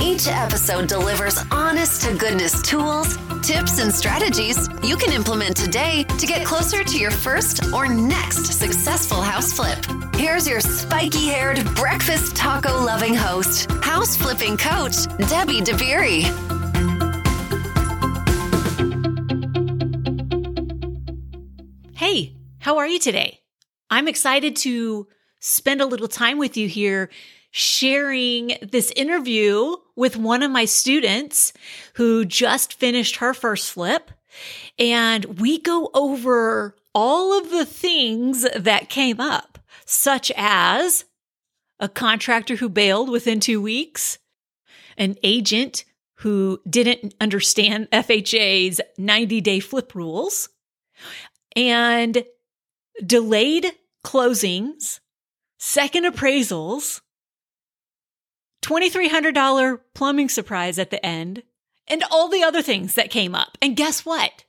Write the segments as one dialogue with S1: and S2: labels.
S1: Each episode delivers honest to goodness tools, tips, and strategies you can implement today to get closer to your first or next successful house flip. Here's your spiky haired, breakfast taco loving host, house flipping coach, Debbie DeBeery.
S2: Hey, how are you today? I'm excited to spend a little time with you here sharing this interview with one of my students who just finished her first flip. And we go over all of the things that came up, such as a contractor who bailed within two weeks, an agent who didn't understand FHA's 90 day flip rules, and delayed closings, second appraisals, $2,300 plumbing surprise at the end, and all the other things that came up. And guess what?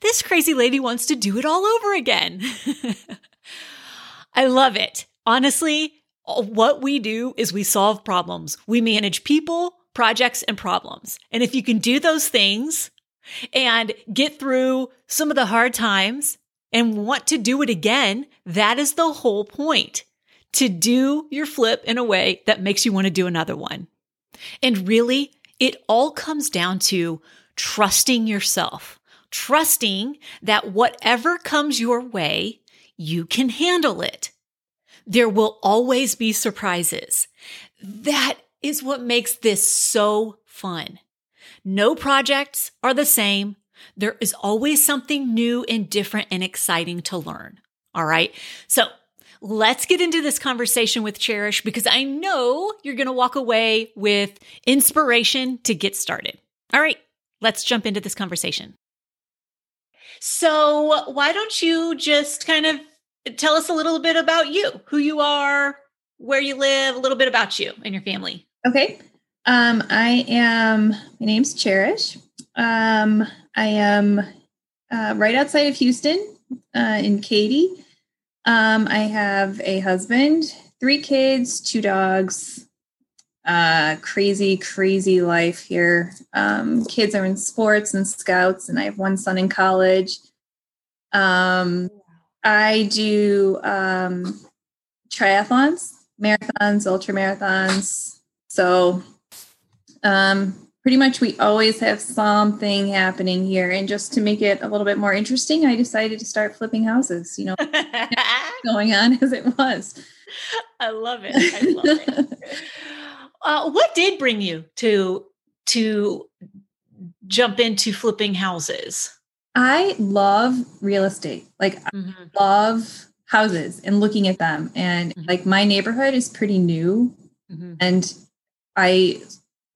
S2: This crazy lady wants to do it all over again. I love it. Honestly, what we do is we solve problems. We manage people, projects, and problems. And if you can do those things, and get through some of the hard times and want to do it again, that is the whole point to do your flip in a way that makes you want to do another one. And really, it all comes down to trusting yourself, trusting that whatever comes your way, you can handle it. There will always be surprises. That is what makes this so fun. No projects are the same. There is always something new and different and exciting to learn. All right. So let's get into this conversation with Cherish because I know you're going to walk away with inspiration to get started. All right. Let's jump into this conversation. So, why don't you just kind of tell us a little bit about you, who you are, where you live, a little bit about you and your family?
S3: Okay. Um, I am, my name's Cherish. Um, I am uh, right outside of Houston uh, in Katy. Um, I have a husband, three kids, two dogs. Uh, crazy, crazy life here. Um, kids are in sports and scouts, and I have one son in college. Um, I do um, triathlons, marathons, ultra marathons. So um, pretty much we always have something happening here. And just to make it a little bit more interesting, I decided to start flipping houses, you know, going on as it was.
S2: I love it. I love it. uh, what did bring you to to jump into flipping houses?
S3: I love real estate. Like,
S2: Mhm.
S3: I love houses and looking at them. And
S2: Mhm.
S3: like, my neighborhood is pretty new.
S2: Mhm.
S3: And I,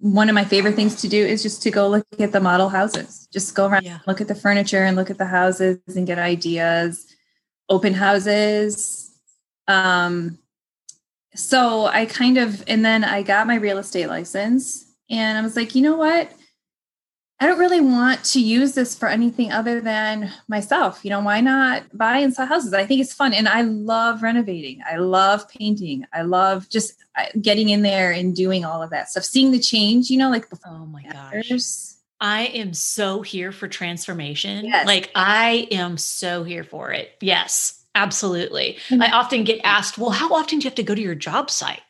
S3: one of my favorite things to do is just to go look at the model houses, just go around,
S2: Yeah.
S3: look at the furniture and look at the houses and get ideas, open houses. Um, so I kind of, and then I got my real estate license and I was like, you know what? I don't really want to use this for anything other than myself. You know, why not buy and sell houses? I think it's fun. And I love renovating. I love painting. I love just uh, getting in there and doing all of that stuff, seeing the change, you know, like before
S2: Oh my
S3: and
S2: gosh.
S3: afters.
S2: I am so here for transformation.
S3: Yes.
S2: Like I am so here for it. Yes, absolutely.
S3: Mhm.
S2: I often get asked, "Well, how often do you have to go to your job site?"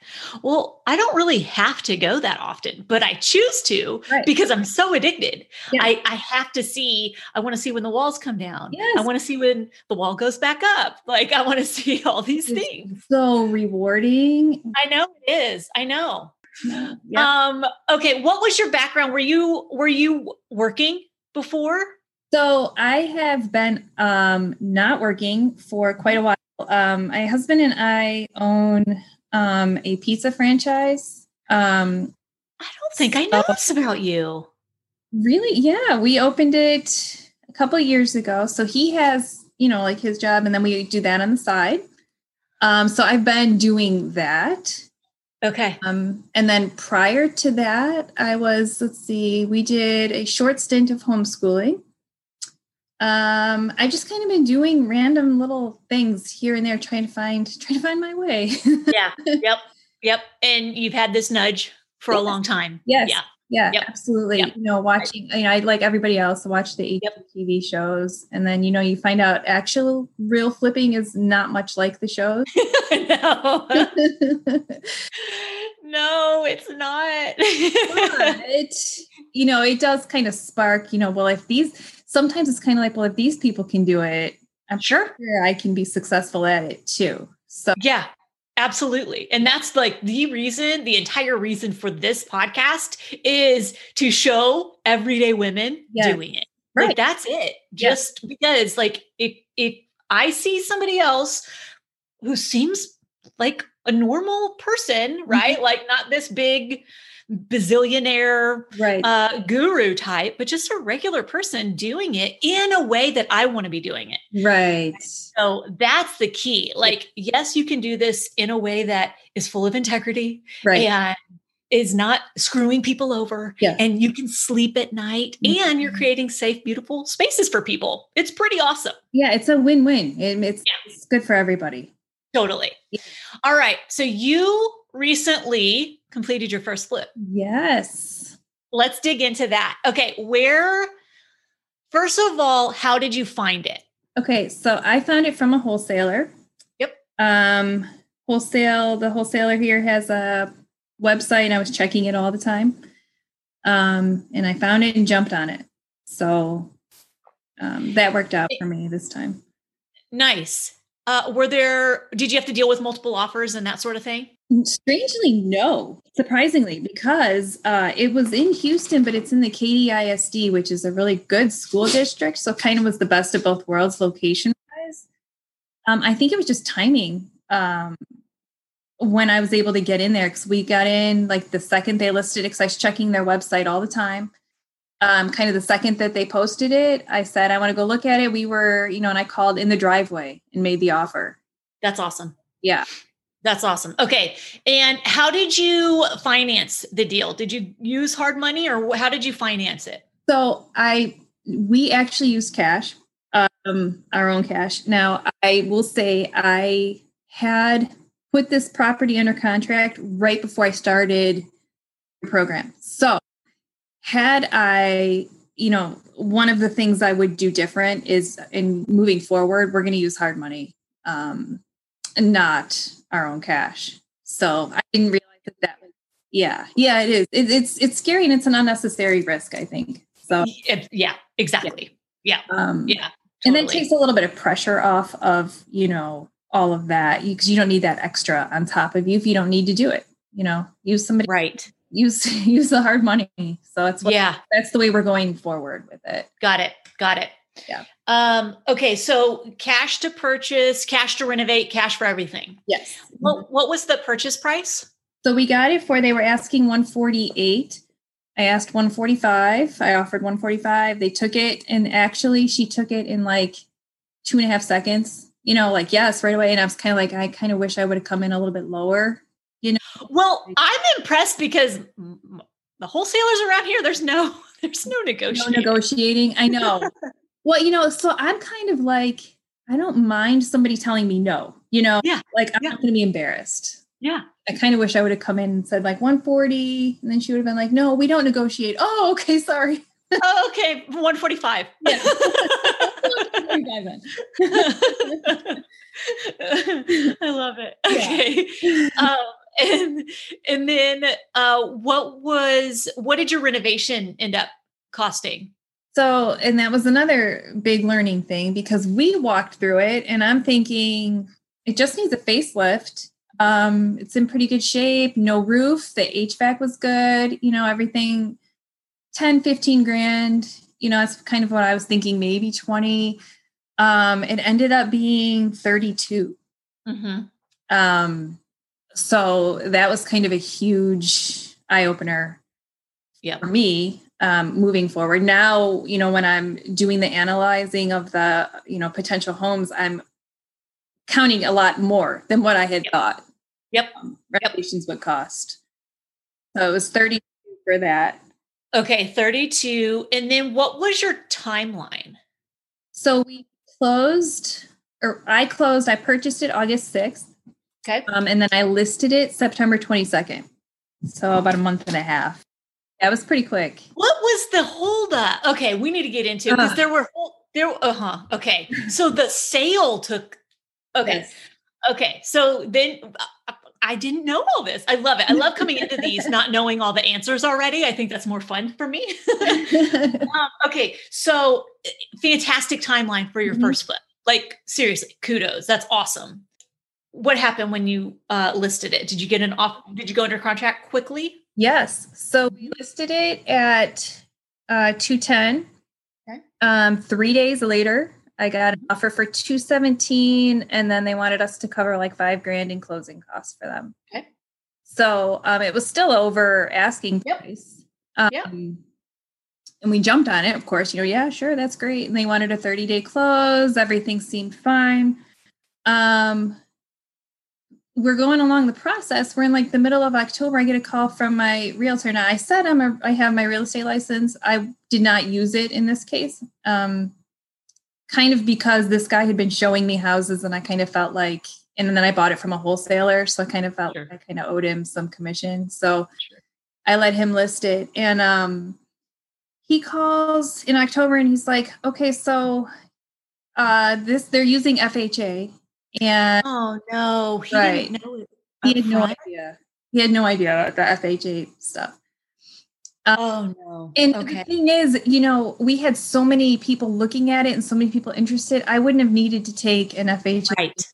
S2: Well, I don't really have to go that often, but I choose to
S3: Right.
S2: because I'm so addicted.
S3: Yeah.
S2: I I have to see. I want to see when the walls come down.
S3: Yes.
S2: I want to see when the wall goes back up. Like I want to see all these
S3: Yes.
S2: things.
S3: So rewarding.
S2: I know it is. I know.
S3: Yeah.
S2: Um okay, what was your background? Were you were you working before?
S3: So I have been um, not working for quite a while. Um, my husband and I own um, a pizza franchise. Um,
S2: I don't think I know
S3: So-
S2: this about you.
S3: really, yeah, we opened it a couple of years ago. So he has, you know, like his job, and then we do that on the side. Um, so I've been doing that.
S2: Okay.
S3: Um, and then prior to that, I was, let's see, we did a short stint of homeschooling. Um, I just kind of been doing random little things here and there, trying to find, trying to find my way.
S2: yeah. Yep. Yep. And you've had this nudge for a
S3: Yes.
S2: long time.
S3: Yes.
S2: Yeah.
S3: Yeah,
S2: Yep.
S3: absolutely.
S2: Yep.
S3: You know, watching, you know, I like everybody else watch the
S2: Yep.
S3: TV shows, and then you know, you find out actual real flipping is not much like the shows.
S2: no.
S3: but
S2: no, it's not.
S3: you know, it does kind of spark. You know, well, if these, sometimes it's kind of like, well, if these people can do it, I'm
S2: sure.
S3: sure I can be successful at it too. So
S2: Yeah. Absolutely. And that's like the reason, the entire reason for this podcast is to show everyday women
S3: Yes.
S2: doing it.
S3: right,
S2: Like that's it.
S3: Yeah.
S2: Just because like if if I see somebody else who seems like a normal person,
S3: Mm-hmm.
S2: right? like not this big bazillionaire
S3: right,
S2: uh guru type, but just a regular person doing it in a way that I want to be doing it.
S3: right,
S2: So that's the key. Like yes, you can do this in a way that is full of integrity,
S3: right.
S2: and is not screwing people over
S3: Yes.
S2: and you can sleep at night
S3: Mhm.
S2: and you're creating safe beautiful spaces for people it's pretty awesome
S3: Yeah, it's a win-win. It, it's it's good for everybody.
S2: totally
S3: Yeah.
S2: all right so you recently completed your first flip
S3: Yes.
S2: let's dig into that okay where first of all how did you find it
S3: Okay, so I found it from a wholesaler.
S2: Yep.
S3: Um, wholesale. The wholesaler here has a website, and I was checking it all the time. Um, and I found it and jumped on it. So um, that worked out for me this time.
S2: nice uh, were there did you have to deal with multiple offers and that sort of thing
S3: Strangely, no. Surprisingly, because uh, it was in Houston, but it's in the Katy ISD, which is a really good school district. So kind of was the best of both worlds location wise. Um, I think it was just timing um, when I was able to get in there because we got in like the second they listed it because I was checking their website all the time. Um, kind of the second that they posted it, I said, I want to go look at it. We were, you know, and I called in the driveway and made the offer.
S2: that's awesome
S3: Yeah.
S2: That's awesome. Okay. And how did you finance the deal? Did you use hard money or wh- how did you finance it?
S3: So I we actually use cash, um, our own cash. Now I will say I had put this property under contract right before I started the program. So had I, you know, one of the things I would do different is in moving forward, we're going to use hard money, um, and not our own cash. So I didn't realize that that was, yeah, yeah, it is. It, it's it's scary and it's an unnecessary risk, I think. So
S2: Yeah, yeah, exactly.
S3: um,
S2: Yeah.
S3: and that
S2: totally.
S3: takes a little bit of pressure off of you know all of that because you, don't need that extra on top of you if you don't need to do it. You know, use somebody
S2: Right.
S3: use use the hard money. So that's what,
S2: Yeah.
S3: that's the way we're going forward with it.
S2: Got it. Got it.
S3: Yeah.
S2: Um, okay. So cash to purchase, cash to renovate, cash for everything.
S3: Yes.
S2: Well, what was the purchase price?
S3: So we got it for they were asking 148. I asked 145. I offered 145. They took it, and actually, she took it in like two and a half seconds. You know, like yes, right away. And I was kind of like, I kind of wish I would have come in a little bit lower.
S2: Well, I'm impressed because mm, the wholesalers around here, there's no, there's no
S3: No
S2: negotiation.
S3: negotiating. I know. well, you know, so I'm kind of like, I don't mind somebody telling me no. You know,
S2: Yeah.
S3: like I'm
S2: Yeah.
S3: not going to be embarrassed.
S2: yeah.
S3: I kind of wish I would have come in and said like 140, and then she would have been like, "No, we don't negotiate." Oh, okay, sorry.
S2: Oh, okay. 145.
S3: Yeah. Sorry, Diamond.
S2: I love it. Okay. Um, and and then uh, what was what did your renovation end up costing?
S3: So, and that was another big learning thing because we walked through it, and I'm thinking it just needs a facelift. Um, it's in pretty good shape, no roof, the HVAC was good, you know, everything 10, 15 grand, you know, that's kind of what I was thinking, maybe 20. Um, it ended up being 32. Um, so that was kind of a huge eye opener
S2: Yeah.
S3: for me um, moving forward. Now, you know, when I'm doing the analyzing of the, you know, potential homes, I'm counting a lot more than what I had
S2: Yep.
S3: thought.
S2: Yep.
S3: Um, renovations would cost. So it was 32 for that.
S2: Okay, 32. And then what was your timeline?
S3: So we closed, or I closed, I purchased it August 6th.
S2: Okay.
S3: Um, and then I listed it September 22nd. So about a month and a half. That was pretty quick.
S2: What was the holdup? Okay, we need to get into because
S3: Uh.
S2: there were hol- there. Uh huh. Okay, so the sale took. Okay,
S3: Yes.
S2: okay. So then uh, I didn't know all this. I love it. I love coming into these not knowing all the answers already. I think that's more fun for me. um, okay, so eh, fantastic timeline for your
S3: Mhm.
S2: first flip. Like seriously, kudos. That's awesome. What happened when you uh, listed it? Did you get an off? Did you go under contract quickly?
S3: Yes. So we listed it at uh, 210.
S2: Okay.
S3: Um, three days later, I got an offer for 217, and then they wanted us to cover like five grand in closing costs for them.
S2: Okay.
S3: So um, it was still over asking
S2: Yep.
S3: price. Um,
S2: Yep.
S3: And we jumped on it, of course. You know, yeah, sure, that's great. And they wanted a 30 day close. Everything seemed fine. Um, we're going along the process. We're in like the middle of October. I get a call from my realtor. Now I said I'm a I have my real estate license. I did not use it in this case. Um kind of because this guy had been showing me houses and I kind of felt like and then I bought it from a wholesaler. So I kind of felt
S2: Sure.
S3: like I kind of owed him some commission. So
S2: Sure.
S3: I let him list it. And um he calls in October and he's like, okay, so uh this they're using FHA and
S2: Oh no, he
S3: Right.
S2: didn't know it.
S3: he had no
S2: upfront.
S3: idea. He had no idea about the FHA stuff.
S2: Oh no.
S3: And the
S2: okay.
S3: thing is, you know, we had so many people looking at it and so many people interested. I wouldn't have needed to take an FHA.
S2: Right.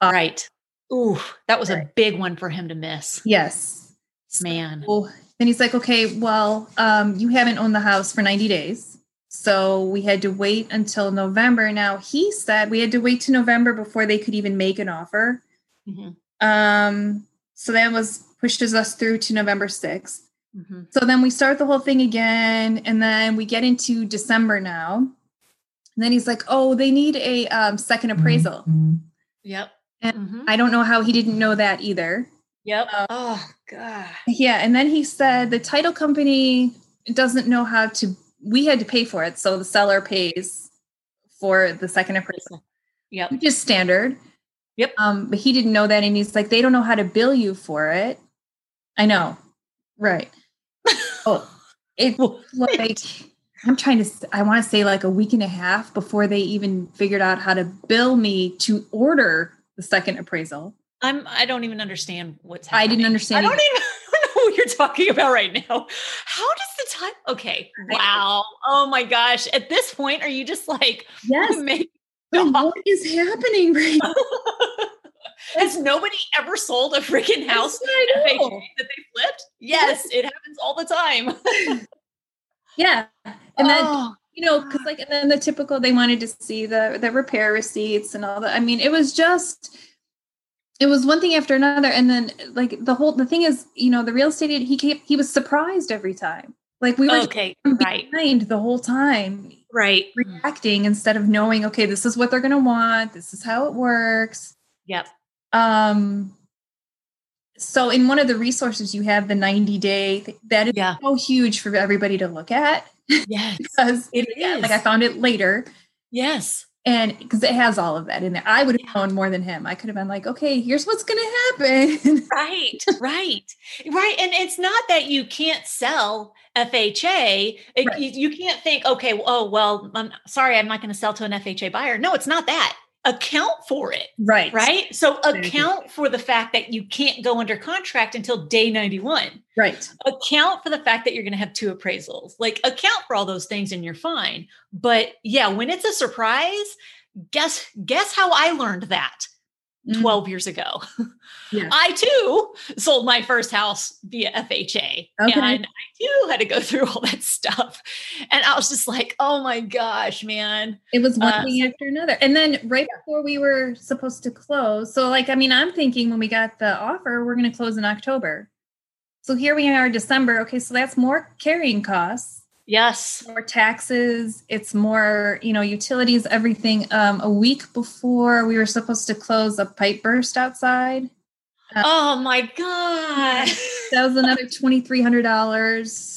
S2: Right. Ooh, that was a big one for him to miss.
S3: Yes.
S2: Man.
S3: Well, then he's like, okay, well, um, you haven't owned the house for 90 days. So we had to wait until November. Now, he said we had to wait to November before they could even make an offer. Mm-hmm.
S2: Mhm,
S3: Um, so that was pushes us through to November 6th.
S2: mhm.
S3: So then we start the whole thing again, and then we get into December now. And then he's like, "Oh, they need a um, second appraisal."
S2: Yep.
S3: And-
S2: Mhm.
S3: I don't know how he didn't know that either.
S2: Yep.
S3: um,
S2: oh God.
S3: Yeah, and then he said the title company doesn't know how to. We had to pay for it, so the seller pays for the second appraisal,
S2: Yep.
S3: which is standard.
S2: Yep.
S3: Um, but he didn't know that, and he's like, "They don't know how to bill you for it." I know, right? oh, it
S2: Well,
S3: like I'm trying to s- I want to say like a week and a half before they even figured out how to bill me to order the second appraisal.
S2: I'm I don't even understand what's
S3: I
S2: happening.
S3: didn't
S2: I
S3: understand.
S2: don't
S3: it.
S2: even I don't know what you're talking about right now. How does the time okay.
S3: I-
S2: Wow. Oh my gosh. At this point, are you just like
S3: Yes.
S2: make-
S3: But what is happening right now?
S2: has nobody ever sold a freaking house
S3: I
S2: FHA
S3: know.
S2: that they flipped? Yes, it happens all the time.
S3: Yeah. And then
S2: Oh,
S3: you know, because like, and then the typical they wanted to see the the repair receipts and all that. I mean, it was just, it was one thing after another, and then like the whole the thing is, you know, the real estate agent, he came, he was surprised every time. Like we were
S2: okay,
S3: just
S2: Oh, right,
S3: behind the whole time,
S2: right.
S3: reacting instead of knowing, okay, this is what they're going to want, this is how it works.
S2: Yep.
S3: Um. So in one of the resources you have the 90 day th- that is
S2: Yeah.
S3: so huge for everybody to look at
S2: Yes.
S3: because
S2: It
S3: yeah,
S2: is.
S3: like I found it later
S2: Yes.
S3: and because it has all of that in there i would have known more than him i could have been like okay here's what's going to happen
S2: Right. Right. Right. And it's not that you can't sell FHA. It,
S3: Right.
S2: you, you can't think, okay, well, oh well, I'm sorry, I'm not going to sell to an FHA buyer. No, it's not that. Account for it.
S3: right
S2: Right. So
S3: you.
S2: account for the fact that you can't go under contract until day 91.
S3: right
S2: account for the fact that you're going to have two appraisals like account for all those things and you're fine but yeah when it's a surprise guess guess how i learned that
S3: Mm.
S2: 12 years ago
S3: Yeah.
S2: i too sold my first house via fha
S3: Okay.
S2: and i too had to go through all that stuff and i was just like oh my gosh man
S3: It was one
S2: Uh,
S3: thing after another. And then right before we were supposed to close, so like I mean, I'm thinking when we got the offer, we're gonna close in October. So here we are, December. Okay, so that's more carrying costs,
S2: yes
S3: more taxes, it's more, you know, utilities, everything. Um, a week before we were supposed to close, a pipe burst outside.
S2: oh my god.
S3: that was another twenty three hundred dollars.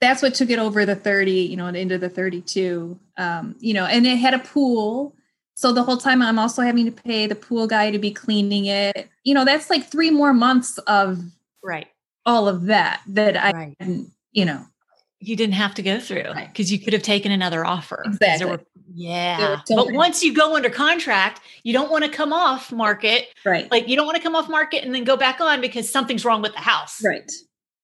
S3: That's what took it over the thirty, you know, and into the thirty two. Um, you know, and it had a pool. So the whole time I'm also having to pay the pool guy to be cleaning it. You know, that's like three more months of
S2: Right.
S3: all of that that I,
S2: Right.
S3: didn't, you know,
S2: You didn't have to go through because
S3: Right.
S2: you could have taken another offer. 'Cause there
S3: Exactly.
S2: were- yeah.
S3: There were so
S2: but
S3: many.
S2: once you go under contract, you don't want to come off market.
S3: right,
S2: Like you don't want to come off market and then go back on because something's wrong with the house.
S3: right,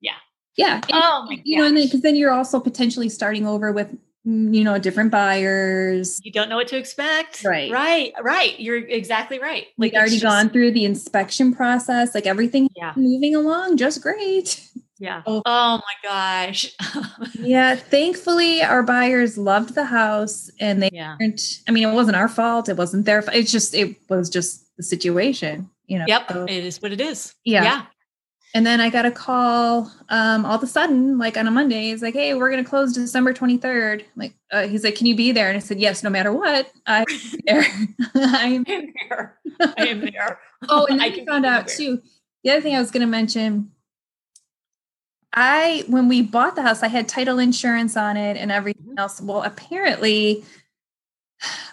S2: Yeah.
S3: yeah, And,
S2: Oh my
S3: you know, and
S2: gosh.
S3: then because then you're also potentially starting over with, mm, you know, different buyers.
S2: you don't know what to expect.
S3: Right.
S2: Right. Right. You're exactly right.
S3: Like
S2: it's
S3: already
S2: just-
S3: gone through the inspection process, like everything
S2: Yeah.
S3: moving along just great.
S2: Yeah.
S3: Oh.
S2: Oh my gosh.
S3: yeah, thankfully our buyers loved the house and they
S2: yeah.
S3: weren't. I mean, it wasn't our fault. It wasn't their. fault. It's just it was just the situation. You know.
S2: Yep.
S3: So,
S2: It is what it is.
S3: yeah.
S2: Yeah.
S3: And then I got a call um, all of a sudden, like on a Monday. He's like, "Hey, we're going to close December 23rd." Like, uh, he's like, "Can you be there?" And I said, "Yes, no matter what, I'm there." I'm,
S2: I am there. I am there.
S3: oh, and
S2: I
S3: I
S2: can
S3: found
S2: be
S3: out
S2: there.
S3: too. The other thing I was going to mention, I when we bought the house, I had title insurance on it
S2: Mm-hmm.
S3: and everything else. Well, apparently,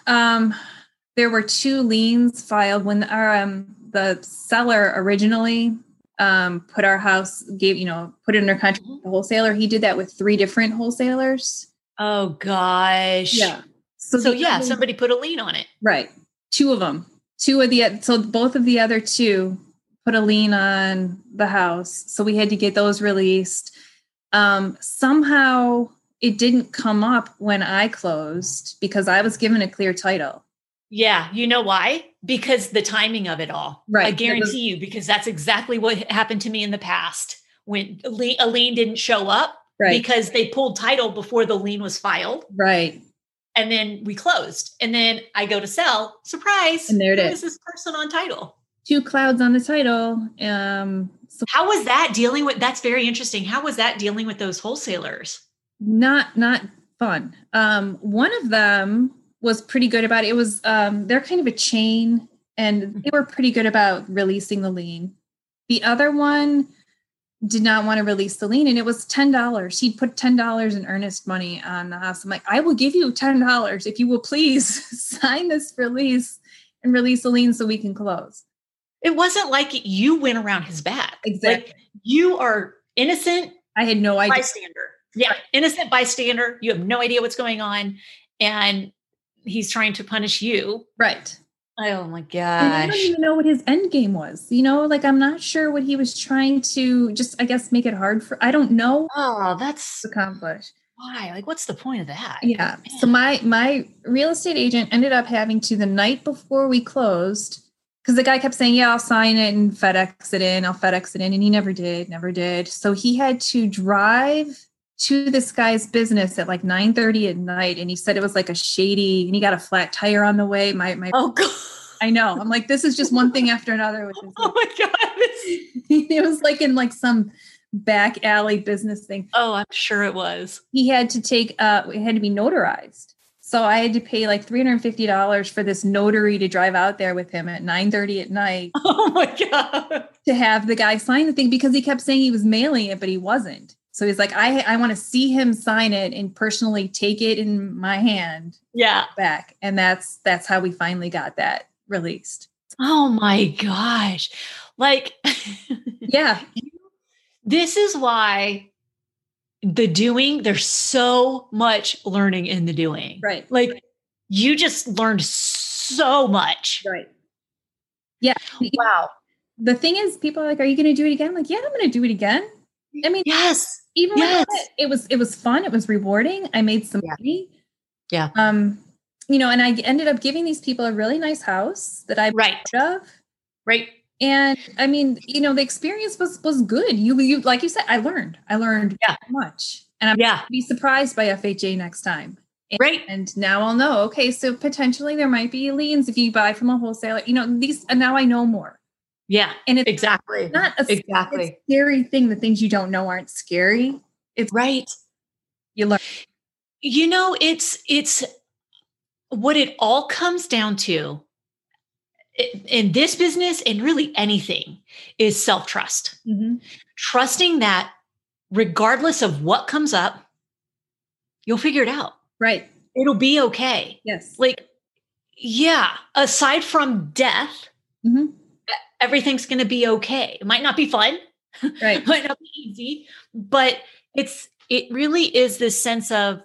S3: um, there were two liens filed when our um, the seller originally um, put our house gave you know put it under contract with the wholesaler. He did that with three different wholesalers.
S2: Oh gosh.
S3: So,
S2: So
S3: the
S2: yeah,
S3: other-
S2: somebody put a lien on it.
S3: right, two of them, two of the so both of the other two put a lien on the house. So we had to get those released. Um, somehow it didn't come up when I closed because I was given a clear title.
S2: Yeah, you know why? Because the timing of it all.
S3: Right.
S2: I
S3: It was-
S2: guarantee you, because that's exactly what happened to me in the past when a lien, a lien didn't show up because they pulled title before the lien was filed,
S3: Right.
S2: and then we closed, and then I go to sell. Surprise!
S3: And there it
S2: who is
S3: is.
S2: this person on title?
S3: Two clouds on the title. Um, so
S2: How was that dealing with? That's very interesting. How was that dealing with those wholesalers?
S3: not not fun. Um, one of them was pretty good about it. It was um, they're kind of a chain, and they were pretty good about releasing the lien. The other one did not want to release the lien, and it was ten dollars. He'd put ten dollars in earnest money on the house. I'm like, I will give you ten dollars if you will please sign this release and release the lien so we can close.
S2: It wasn't like you went around his back.
S3: Exactly.
S2: Like you are innocent
S3: I had no idea.
S2: bystander. Yeah, innocent bystander. You have no idea what's going on, and he's trying to punish you.
S3: Right.
S2: Oh my
S3: And I don't
S2: gosh!
S3: even know what his end game was. You know, like I'm not sure what he was trying to just, I guess, make it hard for. I don't know
S2: Oh, that's
S3: to accomplish.
S2: why. Like, what's the point of that?
S3: Yeah. So my my real estate agent ended up having to the night before we closed because the guy kept saying, "Yeah, I'll sign it and FedEx it in. I'll FedEx it in," and he never did, never did. So he had to drive to this guy's business at like 9 30 at night and he said it was like a shady and he got a flat tire on the way my my
S2: Oh god!
S3: i know i'm like this is just one thing after another with this
S2: Oh my god! This-
S3: it was like in like some back alley business thing.
S2: oh, I'm sure it was.
S3: He had to take uh it had to be notarized. So I had to pay like $350 for this notary to drive out there with him at 9:30 at night
S2: Oh my god!
S3: to have the guy sign the thing because he kept saying he was mailing it but he wasn't. So he's like I I want to see him sign it and personally take it in my hand
S2: Yeah.
S3: back and that's that's how we finally got that released.
S2: Oh my gosh! Like.
S3: Yeah,
S2: this is why the doing there's so much learning in the doing
S3: right.
S2: like you just learned so much
S3: Right. Yeah. Wow. The thing is, people are like, "Are you going to do it again?" I'm like, yeah, I'm going to do it again. I mean,
S2: yes
S3: even with
S2: yes.
S3: that, it was it was fun. It was rewarding. I made some
S2: Yeah.
S3: money.
S2: Yeah.
S3: Um, you know, and I ended up giving these people a really nice house that I
S2: right
S3: bought of.
S2: right
S3: And I mean, you know, the experience was was good. You you like you said, I learned. I learned
S2: Yeah.
S3: much, and I'm
S2: yeah
S3: gonna be surprised by FHA next time.
S2: right
S3: And now I'll know. Okay, so potentially there might be liens if you buy from a wholesaler. You know, these and now I know more.
S2: yeah
S3: And it's
S2: exactly
S3: not a it's a
S2: exactly
S3: scary thing. The things you don't know aren't scary.
S2: right
S3: You learn.
S2: you know it's it's what it all comes down to in this business and really anything is self trust.
S3: Mm-hmm.
S2: Trusting that regardless of what comes up, you'll figure it out.
S3: Right.
S2: It'll be okay.
S3: Yes.
S2: Like, yeah, aside from death,
S3: hmm
S2: everything's going to be okay. It might not be fun,
S3: Right.
S2: it might not be easy, but it's, it really is this sense of,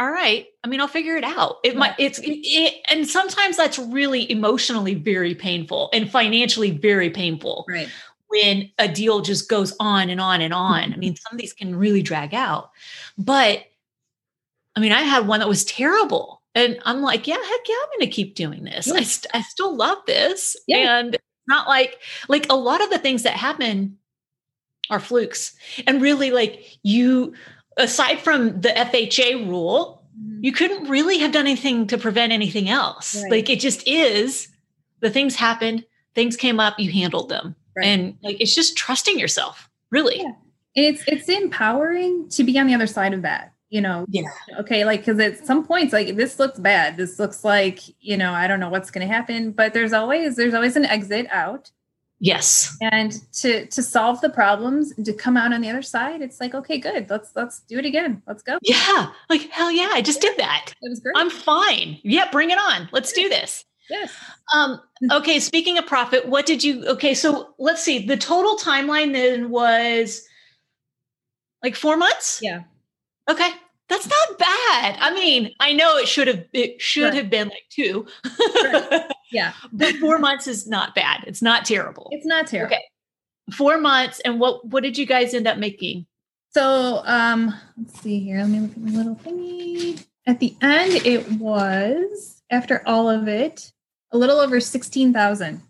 S2: all right, I mean, I'll figure it out. It might, it's, it, it, and sometimes that's really emotionally very painful and financially very painful
S3: Right.
S2: when a deal just goes on and on and on. I mean, some of these can really drag out. But I mean, I had one that was terrible. And I'm like, yeah, heck yeah, I'm going to keep doing this. I, st- I still love this.
S3: Yeah.
S2: And it's not like, like a lot of the things that happen are flukes. And really, like, you, aside from the FHA rule,
S3: Mhm.
S2: you couldn't really have done anything to prevent anything else.
S3: Right.
S2: Like it just is. The things happened, things came up, you handled them.
S3: Right.
S2: And like it's just trusting yourself, really.
S3: Yeah. It's it's empowering to be on the other side of that. You know,
S2: Yeah.
S3: okay, like because at some points, like this looks bad. This looks like you know I don't know what's going to happen, but there's always there's always an exit out,
S2: Yes.
S3: and to to solve the problems and to come out on the other side, it's like okay, good. Let's let's do it again. Let's go.
S2: Yeah. Like, hell yeah, I just did that.
S3: It was great.
S2: I'm fine. Yeah, bring it on. Let's do this.
S3: yes.
S2: Um, okay, speaking of profit, what did you okay, so let's see. The total timeline then was like four months?
S3: Yeah.
S2: Okay. That's not bad. I mean, I know it should have it should
S3: Right.
S2: have been like two.
S3: Yeah.
S2: But four months is not bad. It's not terrible.
S3: It's not terrible.
S2: Okay. Four months and what what did you guys end up making?
S3: So um let's see here. Let me look at my little thingy. At the end, it was after all of it, a little over sixteen thousand.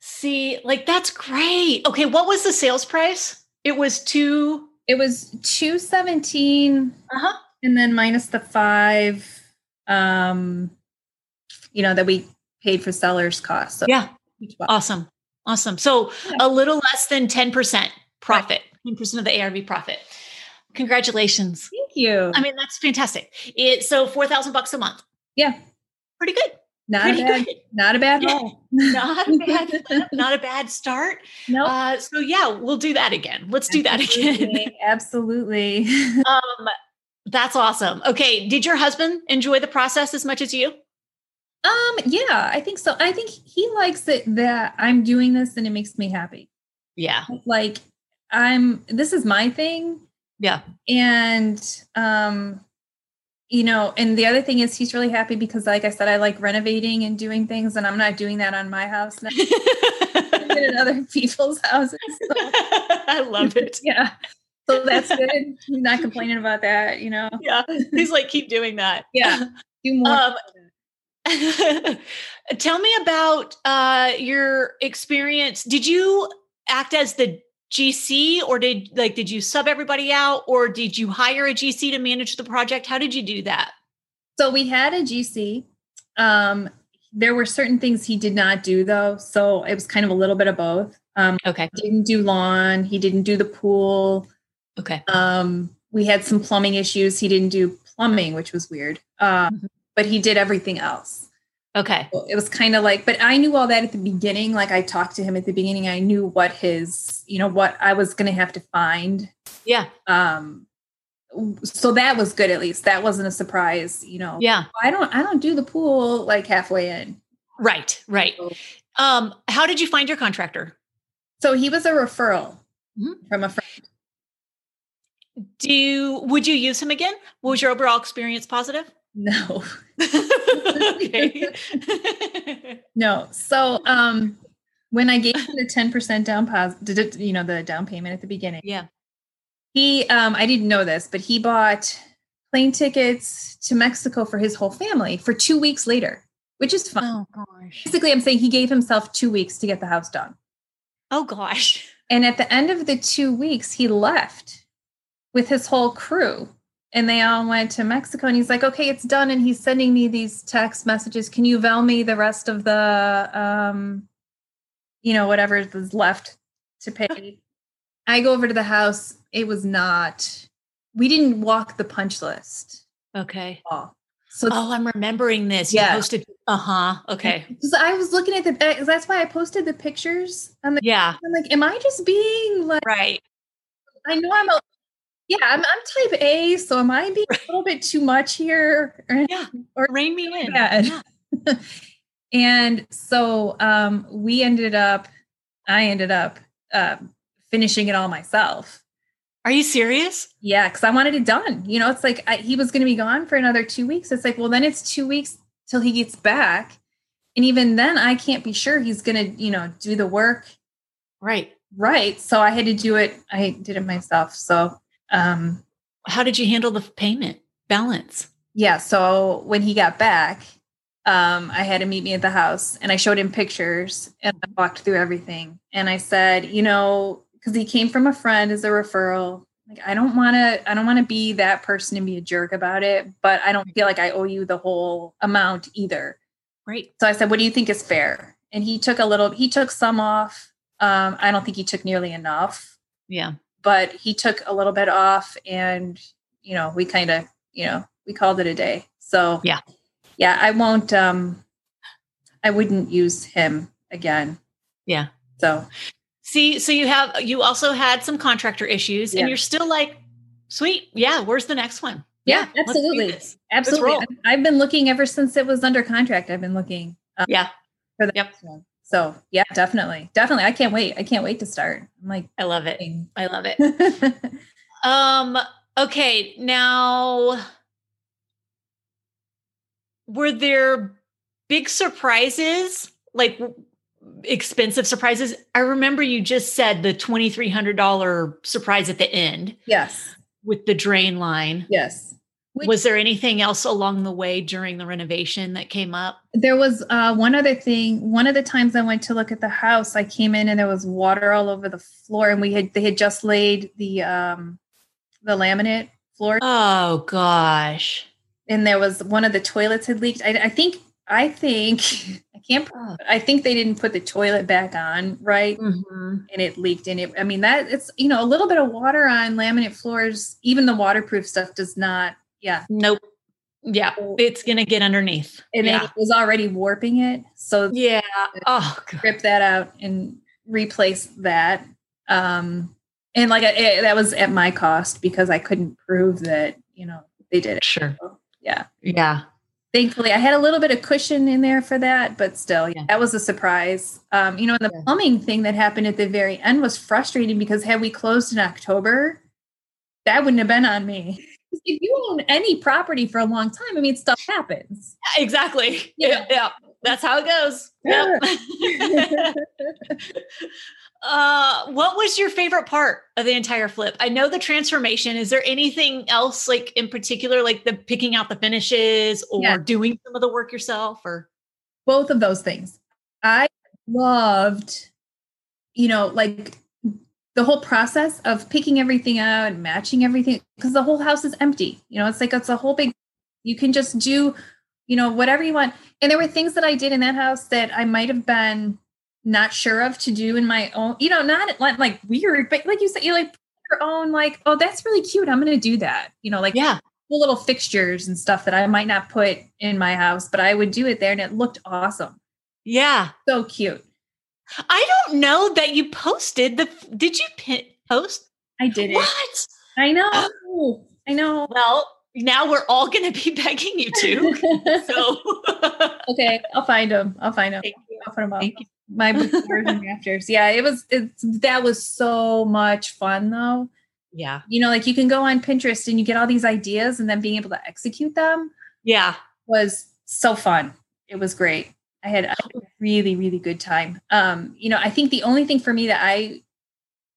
S2: See, like that's great. Okay, what was the sales price? It was two.
S3: It was two seventeen,
S2: Uh-huh.
S3: and then minus the five, um, you know that we paid for seller's cost. So
S2: Yeah.
S3: 12.
S2: Awesome. Awesome. So
S3: Yeah.
S2: a little less than 10% profit, 10% of the ARV profit. Congratulations.
S3: Thank you.
S2: I mean, that's fantastic. It so four thousand bucks a month.
S3: Yeah.
S2: Pretty good.
S3: not a
S2: Pretty
S3: bad,
S2: good.
S3: not a bad
S2: Yeah.
S3: haul.
S2: Not a bad, not a bad start.
S3: No,
S2: Uh, so yeah, we'll do that again. Let's do that again.
S3: absolutely, absolutely.
S2: um, that's awesome. Okay, did your husband enjoy the process as much as you?
S3: Um, yeah, I think so. I think he likes it that I'm doing this and it makes me happy.
S2: Yeah,
S3: Like I'm this is my thing.
S2: Yeah.
S3: And um you know, and the other thing is he's really happy because like I said I like renovating and doing things and I'm not doing that on my house now. I'm doing it at other people's houses. So,
S2: I love it.
S3: yeah. So that's good. He's not complaining about that, you know.
S2: Yeah, he's like, keep doing that.
S3: Yeah. Do more.
S2: Um, Tell me about uh, your experience. Did you act as the GC, or did like did you sub everybody out, or did you hire a GC to manage the project? How did you do that?
S3: So we had a GC. Um, there were certain things he did not do though, so it was kind of a little bit of both. Um,
S2: Okay.
S3: didn't do lawn. He didn't do the pool.
S2: Okay.
S3: Um, we had some plumbing issues. He didn't do plumbing, which was weird.
S2: Mm-hmm.
S3: Um, but he did everything else.
S2: Okay.
S3: So It was kind of like, but I knew all that at the beginning. Like I talked to him at the beginning. I knew what his, you know, what I was going to have to find
S2: Yeah.
S3: um so that was good at least that wasn't a surprise you know
S2: Yeah.
S3: i don't i don't do the pool like halfway in
S2: Right. Right. Um, how did you find your contractor?
S3: so he was a referral
S2: Mhm.
S3: from a friend
S2: Do you, would you use him again? Was your overall experience positive?
S3: no
S2: okay.
S3: no so um when i gave him the 10% down positive you know the down payment at the beginning
S2: yeah.
S3: he um i didn't know this but he bought plane tickets to mexico for his whole family for two weeks later which is fine
S2: Oh gosh.
S3: basically i'm saying he gave himself two weeks to get the house done
S2: Oh gosh.
S3: And at the end of the two weeks, he left with his whole crew and they all went to Mexico. And he's like, okay, it's done. And he's sending me these text messages. Can you vel me the rest of the, um, you know, whatever is left to pay? I go over to the house. It was not, we didn't walk the punch list
S2: Okay.
S3: at all. So
S2: Oh, I'm remembering this.
S3: Yeah.
S2: You posted. Uh huh. Okay.
S3: because I was looking at the that's why I posted the pictures on the
S2: Yeah.
S3: I'm like, am I just being like
S2: Right.
S3: I know I'm a yeah, I'm, I'm type A, so am I being a little bit too much here?
S2: Yeah.
S3: Or-
S2: Rein me in.
S3: Yeah.
S2: Yeah.
S3: And so um, we ended up, I ended up uh, finishing it all myself.
S2: Are you serious?
S3: Yeah, because I wanted it done. You know, it's like I, he was going to be gone for another two weeks. It's like, well, then it's two weeks till he gets back. And even then, I can't be sure he's going to, you know, do the work
S2: Right.
S3: right. So I had to do it. I did it myself. So, um,
S2: How did you handle the payment balance?
S3: yeah so when he got back um, i had him meet me at the house and i showed him pictures and i walked through everything and i said you know because he came from a friend as a referral like i don't want to i don't want to be that person and be a jerk about it but i don't feel like i owe you the whole amount either
S2: Right.
S3: so i said what do you think is fair and he took a little he took some off um, i don't think he took nearly enough
S2: Yeah.
S3: but he took a little bit off and you know we kind of you know we called it a day so
S2: Yeah.
S3: yeah i won't um i wouldn't use him again
S2: Yeah.
S3: so
S2: See, so you have you also had some contractor issues,
S3: Yeah.
S2: and you're still like, sweet, yeah. Where's the next one?
S3: yeah,
S2: let's do
S3: absolutely
S2: this.
S3: absolutely
S2: roll.
S3: I've- i've been looking ever since it was under contract i've been looking uh,
S2: Yeah,
S3: for the
S2: Yep.
S3: next one so yeah definitely definitely i can't wait i can't wait to start i'm like
S2: I love it.
S3: dang.
S2: I love it. Um. Okay. Now, were there big surprises, like w- expensive surprises? I remember you just said the twenty three hundred dollar surprise at the end
S3: yes
S2: with the drain line.
S3: yes Which-
S2: Was there anything else along the way during the renovation that came up?
S3: There was uh, one other thing. One of the times I went to look at the house, I came in and there was water all over the floor, and we had they had just laid the um, the laminate floor,
S2: Oh gosh.
S3: and there was one of the toilets had leaked. I, I think I think I can't.
S2: Oh.
S3: I think they didn't put the toilet back on right,
S2: Mhm.
S3: and it leaked. And it, I mean that it's you know a little bit of water on laminate floors, even the waterproof stuff does not. Yeah,
S2: Nope. Yeah, it's gonna get underneath.
S3: and then
S2: yeah.
S3: it was already warping it, so
S2: yeah. Oh god.
S3: rip that out and replace that. Um, and like I it, that was at my cost because I couldn't prove that you know they did it.
S2: Sure.
S3: Yeah.
S2: Yeah.
S3: Thankfully, I had a little bit of cushion in there for that, but still,
S2: Yeah.
S3: that was a surprise. Um, you know, and the
S2: Yeah.
S3: plumbing thing that happened at the very end was frustrating because had we closed in October, that wouldn't have been on me. 'Cause If you own any property for a long time, I mean, stuff happens.
S2: Exactly.
S3: Yeah.
S2: Yeah. yeah. That's how it goes. Yep. uh, what was your favorite part of the entire flip? I know the transformation. Is there anything else like in particular, like the picking out the finishes or
S3: Yeah.
S2: doing some of the work yourself or
S3: both of those things. I loved, you know, like the whole process of picking everything out and matching everything because the whole house is empty. You know, it's like it's a whole big, you can just do, you know, whatever you want. And there were things that I did in that house that I might have been not sure of to do in my own, you know, not like, like weird, but like you said, you like your own, like, oh, that's really cute. I'm going to do that. You know, like
S2: yeah.
S3: cool little fixtures and stuff that I might not put in my house, but I would do it there and it looked awesome.
S2: Yeah.
S3: So cute.
S2: I don't know that you posted the did you pin, post?
S3: I did it.
S2: What?
S3: I know. I know.
S2: Well, now we're all gonna be begging you to. so
S3: okay, I'll find them. I'll find them.
S2: thank you.
S3: I'll put them up.
S2: Thank you.
S3: My befores and afters. Yeah, it was it's that was so much fun though.
S2: Yeah.
S3: You know, like you can go on Pinterest and you get all these ideas and then being able to execute them
S2: Yeah.
S3: was so fun. It was great. I had, I had a really, really good time. Um, you know, I think the only thing for me that I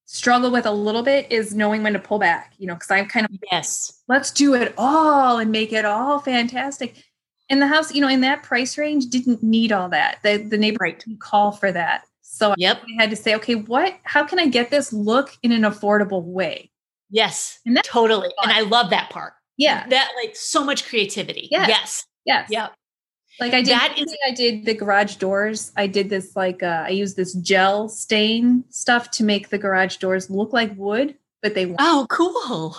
S3: struggle with a little bit is knowing when to pull back, you know, because I'm kind of
S2: Yes.
S3: let's do it all and make it all fantastic. And the house, you know, in that price range didn't need all that. The the neighbor
S2: Right.
S3: didn't call for that. So
S2: Yep.
S3: I had to say, okay, what how can I get this look in an affordable way?
S2: Yes.
S3: And that's
S2: totally.
S3: fun.
S2: And I love that part.
S3: Yeah.
S2: That like so much creativity.
S3: Yes.
S2: Yes.
S3: Yes.
S2: Yep.
S3: Like I did,
S2: That is-
S3: I did the garage doors. I did this like uh, I used this gel stain stuff to make the garage doors look like wood, but they weren't.
S2: Oh, cool.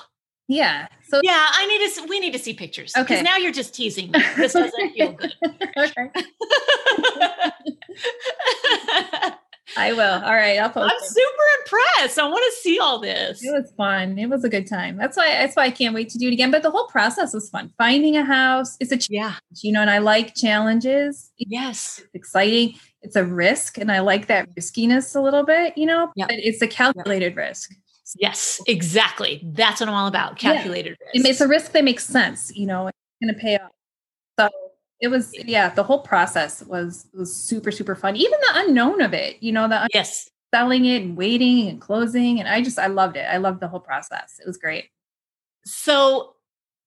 S3: Yeah. So
S2: Yeah, I need to. s- We need to see pictures.
S3: Okay.
S2: Because now you're just teasing me. This doesn't feel good.
S3: I will. All right, I'll post.
S2: I'm
S3: it.
S2: super impressed. I want to see all this.
S3: It was fun. It was a good time. That's why that's why I can't wait to do it again. But the whole process was fun. Finding a house is a challenge,
S2: Yeah.
S3: you know, and I like challenges. It's
S2: Yes.
S3: exciting. It's a risk, and I like that riskiness a little bit, you know.
S2: Yep.
S3: But it's a calculated risk.
S2: Yes. Exactly. That's what I'm all about.
S3: Yeah.
S2: Calculated
S3: It-
S2: risk.
S3: It's a risk that makes sense, you know. It's going to pay off. So it was, yeah. The whole process was was super super fun. Even the unknown of it, you know, the
S2: yes.
S3: selling it and waiting and closing, and I just I loved it. I loved the whole process. It was great.
S2: So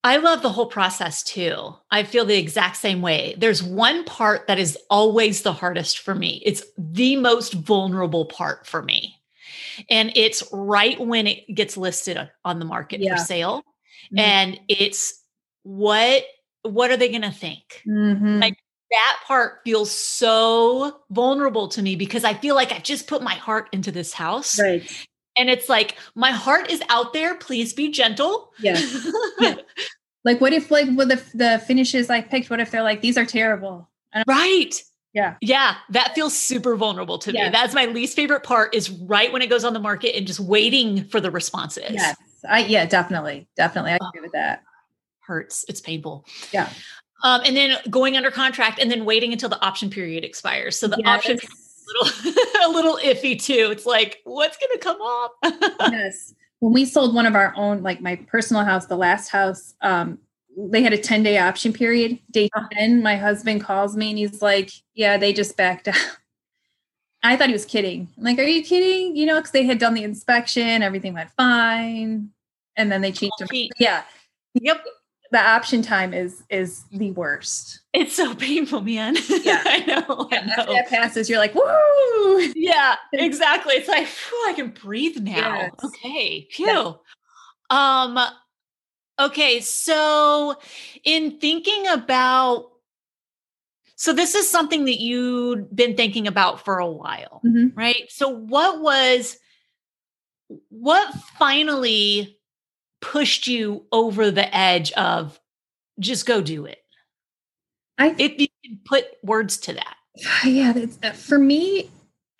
S2: I love the whole process too. I feel the exact same way. There's one part that is always the hardest for me. It's the most vulnerable part for me. And it's right when it gets listed on- on the market
S3: Yeah.
S2: for sale.
S3: Mhm.
S2: And it's what what are they going to think?
S3: Mhm.
S2: Like- That part feels so vulnerable to me because I feel like I've just put my heart into this house.
S3: right.
S2: And it's like, my heart is out there. Please be gentle.
S3: Yeah. Like, what if like with the the finishes I picked? What if they're like these are terrible?
S2: Right.
S3: Yeah.
S2: Yeah. That feels super vulnerable to
S3: Yeah.
S2: me. That's my least favorite part is right when it goes on the market and just waiting for the responses.
S3: Yes, I yeah, definitely, definitely, I agree with that.
S2: Hurts. It's painful.
S3: Yeah.
S2: Um, and then going under contract and then waiting until the option period expires. So the option period is a little, a little iffy too. It's like, what's going to come off?
S3: yes. When we sold one of our own, like my personal house, the last house, um, they had a ten day option period. Day ten, my husband calls me and he's like, "Yeah, they just backed out." I thought he was kidding. I'm like, are you kidding? You know, because they had done the inspection, everything went fine, and then they changed. Them.
S2: Cheat.
S3: Yeah,
S2: yep.
S3: the option time is is the worst.
S2: It's so painful, man.
S3: Yeah.
S2: I know. I know.
S3: After that passes, you're like, woo!
S2: yeah, exactly. It's like, phew, I can breathe now.
S3: Yes.
S2: Okay, phew.
S3: Yes.
S2: Um, okay, so in thinking about, so this is something that you'd been thinking about for a while,
S3: Mhm.
S2: right? So what was, what finally pushed you over the edge of just go do it?
S3: I think,
S2: If you can put words to that.
S3: yeah, that's, uh, for me,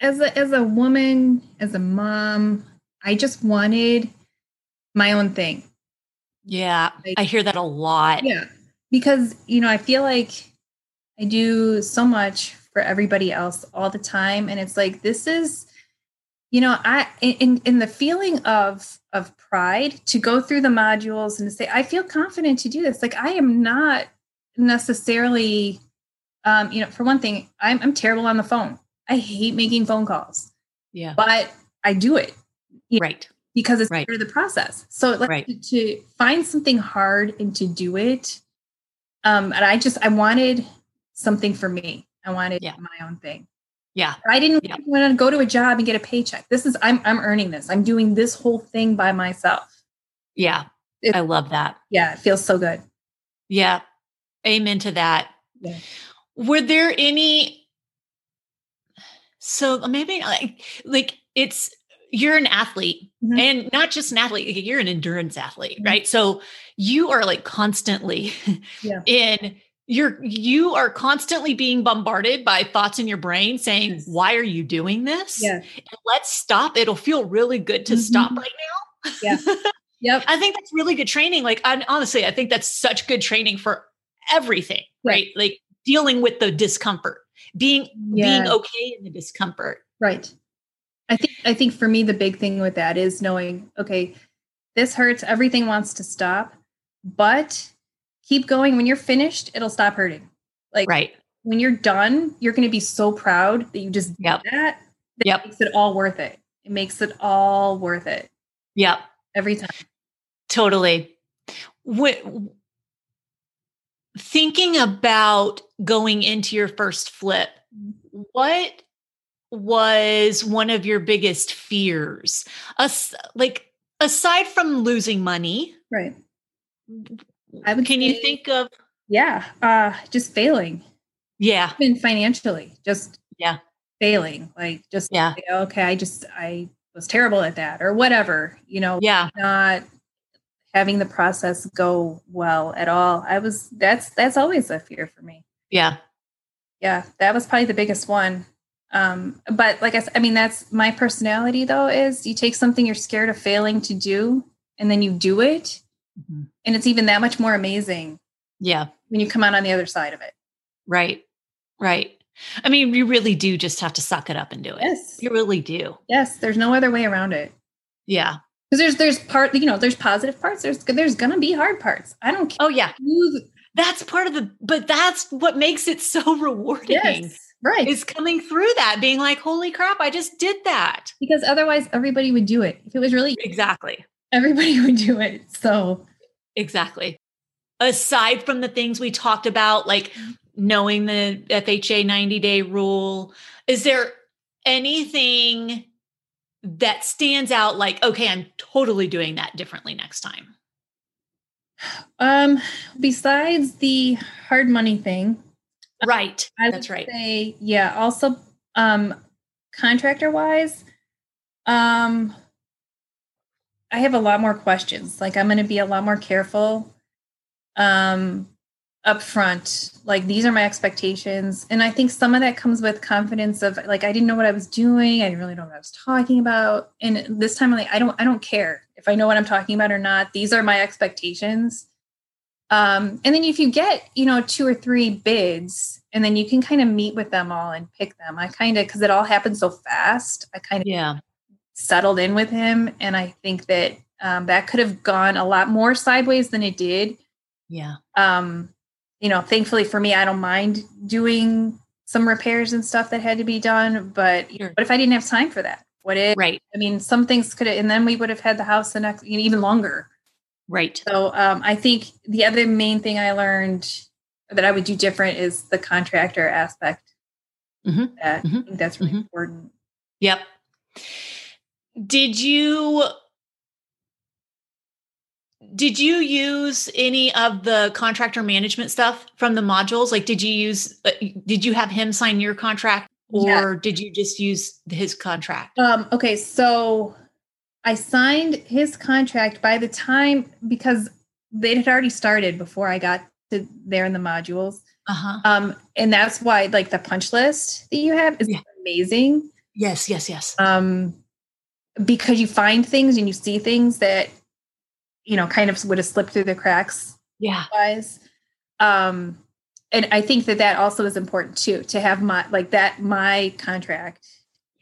S3: as a as a woman, as a mom, I just wanted my own thing.
S2: Yeah,
S3: I-
S2: I hear that a lot.
S3: Yeah, because you know, I feel like I do so much for everybody else all the time, and it's like this is, you know, I in in the feeling of of pride to go through the modules and to say I feel confident to do this. Like I am not necessarily, um, you know, for one thing, I'm I'm terrible on the phone. I hate making phone calls,
S2: Yeah.
S3: but I do it
S2: Right.
S3: because it's
S2: Right.
S3: part of the process. So like
S2: Right.
S3: to, to find something hard and to do it. Um, and I just I wanted something for me. I wanted
S2: Yeah.
S3: my own thing.
S2: Yeah.
S3: I didn't
S2: Yeah.
S3: want to go to a job and get a paycheck. This is I'm I'm earning this. I'm doing this whole thing by myself.
S2: Yeah.
S3: It-
S2: I love that.
S3: Yeah, it feels so good.
S2: Yeah. Amen to that.
S3: Yeah.
S2: Were there any so maybe like like it's you're an athlete
S3: Mhm.
S2: and not just an athlete, you're an endurance athlete,
S3: Mhm.
S2: right? So you are like constantly
S3: Yeah.
S2: in you're you are constantly being bombarded by thoughts in your brain saying,
S3: Yes.
S2: Why are you doing this?
S3: Yeah.
S2: Let's stop. It'll feel really good to stop
S3: Mhm.
S2: right now.
S3: Yeah. Yep.
S2: I think that's really good training. Like, I, honestly, I think that's such good training for everything,
S3: Yeah.
S2: right? Like dealing with the discomfort, being being
S3: Yeah.
S2: okay in the discomfort.
S3: Right. I think I think for me the big thing with that is knowing, okay, this hurts, everything wants to stop, but keep going. When you're finished, it'll stop hurting. Like
S2: Right.
S3: when you're done, you're going to be so proud that you just did
S2: Yep.
S3: that. That
S2: Yep.
S3: makes it all worth it. It makes it all worth it
S2: Yep.
S3: every time.
S2: Totally. Wh- thinking about going into your first flip, what was one of your biggest fears? As, like aside from losing money,
S3: Right. I would
S2: can you
S3: say-
S2: think of
S3: Yeah. Uh, just failing,
S2: yeah
S3: even financially, just
S2: Yeah.
S3: failing. Like just
S2: Yeah.
S3: like, okay, I just I was terrible at that or whatever. You know,
S2: Yeah.
S3: not having the process go well at all. I was that's that's always a fear for me.
S2: Yeah.
S3: Yeah, that was probably the biggest one. Um, but like I said, I mean, that's my personality though, is you take something you're scared of failing to do and then you do it.
S2: Mhm.
S3: And it's even that much more amazing
S2: Yeah.
S3: when you come out on the other side of it.
S2: Right. Right. I mean, you really do just have to suck it up and do it.
S3: Yes.
S2: You really do.
S3: Yes. There's no other way around it.
S2: Yeah.
S3: Cause there's, there's part, you know, there's positive parts. There's, there's going to be hard parts. I don't care.
S2: Oh, yeah.
S3: You-
S2: That's part of the, but that's what makes it so rewarding
S3: Yes. Right.
S2: is coming through that, being like, holy crap, I just did that.
S3: because otherwise everybody would do it. If it was really,
S2: Exactly.
S3: everybody would do it. So
S2: Exactly. Aside from the things we talked about, like
S3: Mm-hmm.
S2: knowing the FHA 90 day rule, is there anything that stands out like, okay, I'm totally doing that differently next time?
S3: Um, besides the hard money thing,
S2: Right.
S3: I
S2: That's
S3: would
S2: right.
S3: say, yeah, also um contractor wise, um I have a lot more questions. Like I'm gonna be a lot more careful um upfront. Like these are my expectations. And I think some of that comes with confidence of like I didn't know what I was doing, I didn't really know what I was talking about. And this time I'm like, I don't I don't care if I know what I'm talking about or not. These are my expectations. Um, and then if you get, you know, two or three bids, and then you can kind of meet with them all and pick them. I kind of, because it all happened so fast, I kind of
S2: Yeah.
S3: settled in with him. And I think that um, that could have gone a lot more sideways than it did.
S2: Yeah.
S3: Um, you know, thankfully for me, I don't mind doing some repairs and stuff that had to be done. But
S2: Sure.
S3: what if I didn't have time for that? What if,
S2: Right.
S3: I mean, some things could have, and then we would have had the house the next, you know, even longer.
S2: Right.
S3: So um, I think the other main thing I learned that I would do different is the contractor aspect.
S2: Mhm.
S3: That I
S2: Mhm.
S3: think that's really
S2: Mhm.
S3: important.
S2: Yep. Did you did you use any of the contractor management stuff from the modules? Like did you use uh, did you have him sign your contract or
S3: Yeah.
S2: did you just use his contract?
S3: Um, okay, so I signed his contract by the time because it had already started before I got to there in the modules.
S2: Uh-huh.
S3: Um, and that's why like the punch list that you have is
S2: Yeah.
S3: amazing.
S2: Yes, yes, yes.
S3: um, because you find things and you see things that you know kind of would have slipped through the cracks
S2: Yeah.
S3: wise um and i think that that also is important too to have my like that my contract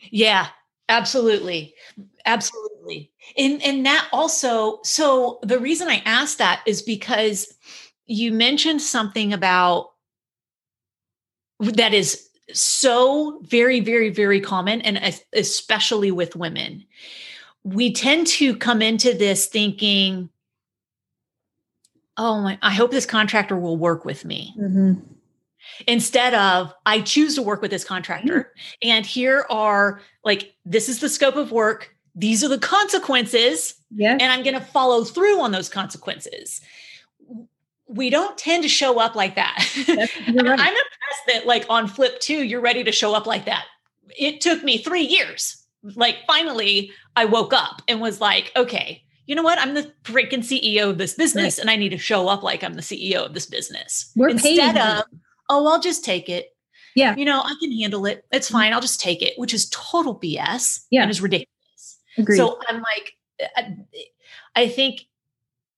S2: Yeah, absolutely. Absolutely. And and that also so the reason I asked that is because you mentioned something about that is so very very very common and es- especially with women. We tend to come into this thinking oh my I hope this contractor will work with me
S3: Mm-hmm.
S2: instead of I choose to work with this contractor. And here are like, this is the scope of work, these are the consequences,
S3: yeah
S2: and I'm going to follow through on those consequences. We don't tend to show up like that.
S3: That's- you're
S2: I'm
S3: right.
S2: impressed that, like, on Flip 2, you're ready to show up like that. It took me three years. Like, finally, I woke up and was like, okay, you know what? I'm the freaking CEO of this business, and I need to show up like I'm the CEO of this business.
S3: We're paid.
S2: Instead of, oh, I'll just take it.
S3: Yeah. Mm-hmm.
S2: You know, I can handle it. It's fine. I'll just take it, which is total BS.
S3: Yeah.
S2: And is ridiculous.
S3: Agreed.
S2: So I'm like, I- I think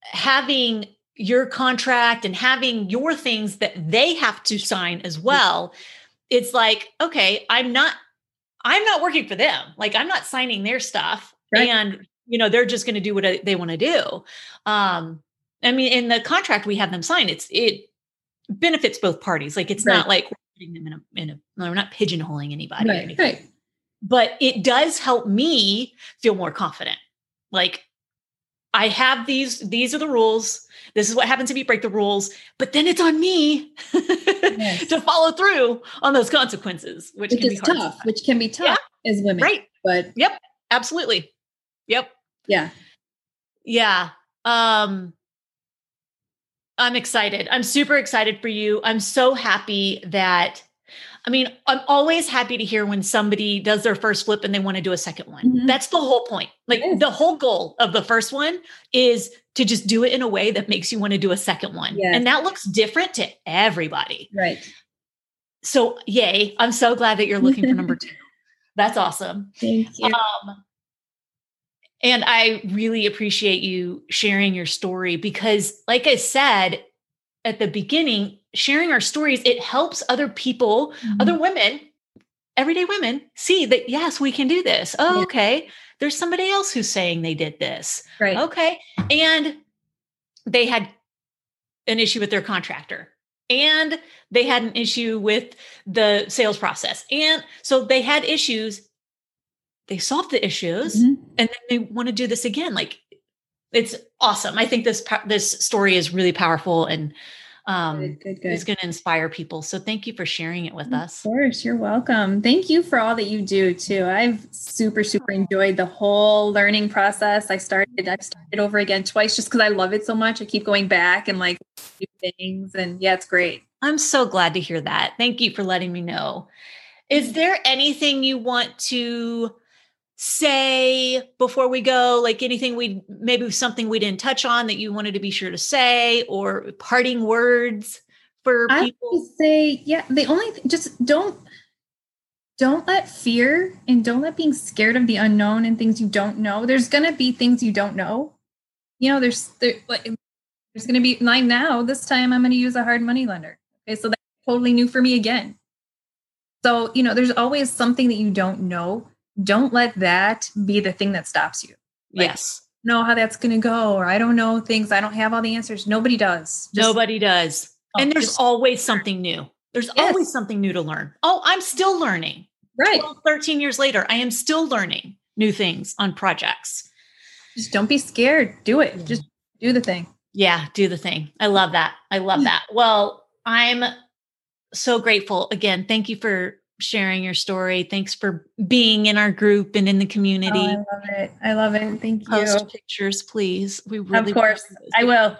S2: having your contract and having your things that they have to sign as well, it's like, okay, I'm not, I'm not working for them. Like I'm not signing their stuff,
S3: Right.
S2: and you know they're just going to do what uh, they want to do. Um, I mean, in the contract we have them sign, it's it benefits both parties. Like it's not like we're putting them in a in a we're not pigeonholing anybody or
S3: right,
S2: anything
S3: right.
S2: but it does help me feel more confident like i have these these are the rules this is what happens if you break the rules but then it's on me
S3: Yes.
S2: to follow through on those consequences which,
S3: which
S2: can
S3: is
S2: be hard
S3: tough which can be tough as women
S2: right
S3: but
S2: absolutely yep
S3: yeah
S2: yeah um i'm excited i'm super excited for you i'm so happy that I mean, I'm always happy to hear when somebody does their first flip and they want to do a second one.
S3: Mhm.
S2: That's the whole point. Like
S3: Yes.
S2: the whole goal of the first one is to just do it in a way that makes you want to do a second one.
S3: Yes.
S2: And that looks different to everybody.
S3: Right.
S2: So, yay. I'm so glad that you're looking for number two. That's awesome.
S3: Thank you.
S2: Um, and I really appreciate you sharing your story because, like I said at the beginning, sharing our stories, it helps other people,
S3: Mm-hmm.
S2: other women, everyday women, see that, yes, we can do this. Oh,
S3: Yeah.
S2: okay. There's somebody else who's saying they did this.
S3: Mm-hmm. right.
S2: Okay. And they had an issue with their contractor and they had an issue with the sales process. And so they had issues. They solved the issues
S3: Mhm.
S2: and then they want to do this again. Like it's awesome. I think this po- this story is really powerful and um
S3: Good, good, good. Mm-hmm.
S2: is going to inspire people. So thank you for sharing it with
S3: Of
S2: us.
S3: course, you're welcome. Thank you for all that you do too. I've super, super enjoyed the whole learning process. I started, I've started over again twice just because I love it so much. I keep going back and like new things, and yeah, it's great.
S2: I'm so glad to hear that. Thank you for letting me know.
S3: Mm-hmm.
S2: Is there anything you want to say before we go? Like anything we maybe something we didn't touch on that you wanted to be sure to say or parting words for
S3: I
S2: people?
S3: would say, yeah, the only th- just don't don't let fear and don't let being scared of the unknown and things you don't know. There's gonna be things you don't know. You know, there's there, like, there's gonna be like now. This time, I'm gonna use a hard money lender. Okay, so that's totally new for me again. So you know, there's always something that you don't know. Don't let that be the thing that stops you. like,
S2: yes.
S3: Know how that's gonna go, or I don't know things. I don't have all the answers. Nobody does. Just-
S2: Nobody does. and there's
S3: just-
S2: always something new. There's
S3: Yes.
S2: always something new to learn. Oh, I'm still learning.
S3: right.
S2: 12, 13 years later, I am still learning new things on projects.
S3: just don't be scared do it
S2: Yeah.
S3: just do the thing
S2: Yeah, do the thing. I love that. I love
S3: Mm.
S2: that. Well, I'm so grateful. Again, thank you for sharing your story. Thanks for being in our group and in the community.
S3: Oh, i love it i love it thank you
S2: Post pictures, please. We really
S3: course. i
S2: I
S3: will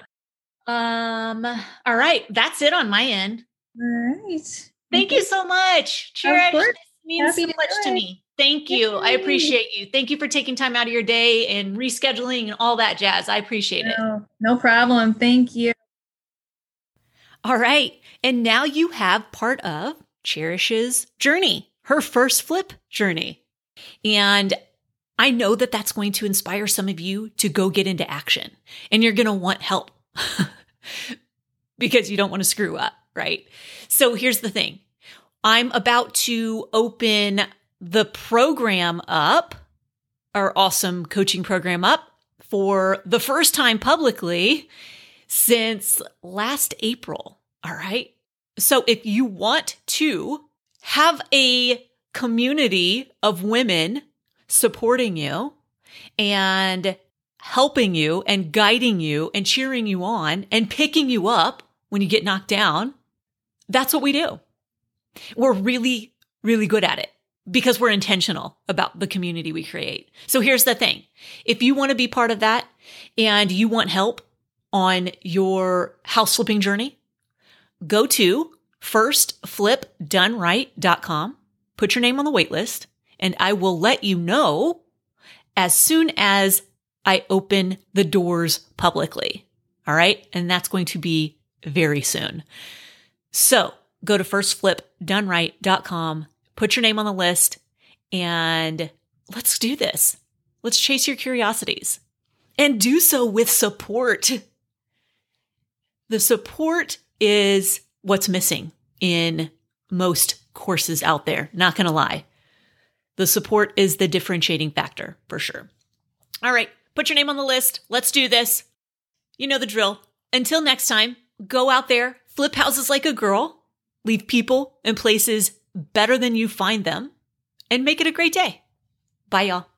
S3: all
S2: um all right, that's it on my end.
S3: right
S2: Thank you so much. Cheers.
S3: course.
S2: This means
S3: Happy
S2: so
S3: to
S2: much
S3: do
S2: to
S3: it.
S2: me. Thank you. I
S3: Yay.
S2: appreciate you. Thank you for taking time out of your day and rescheduling and all that jazz. I appreciate it.
S3: no, no problem thank you
S2: All right. And now you have part of Cherish's journey, her first flip journey. And I know that that's going to inspire some of you to go get into action and you're going to want help because you don't want to screw up, right? So here's the thing I'm about to open the program up, our awesome coaching program up for the first time publicly since last April. All right. So if you want to have a community of women supporting you and helping you and guiding you and cheering you on and picking you up when you get knocked down, that's what we do. We're really, really good at it because we're intentional about the community we create. So here's the thing. If you want to be part of that and you want help, on your house flipping journey, go to firstflipdoneright.com, put your name on the wait list, and I will let you know as soon as I open the doors publicly. All right. And that's going to be very soon. So go to firstflipdoneright.com, put your name on the list, and let's do this. Let's chase your curiosities and do so with support. The support is what's missing in most courses out there, not going to lie. The support is the differentiating factor for sure. All right, put your name on the list. Let's do this. You know the drill. Until next time, go out there, flip houses like a girl, leave people and places better than you find them, and make it a great day. Bye, y'all.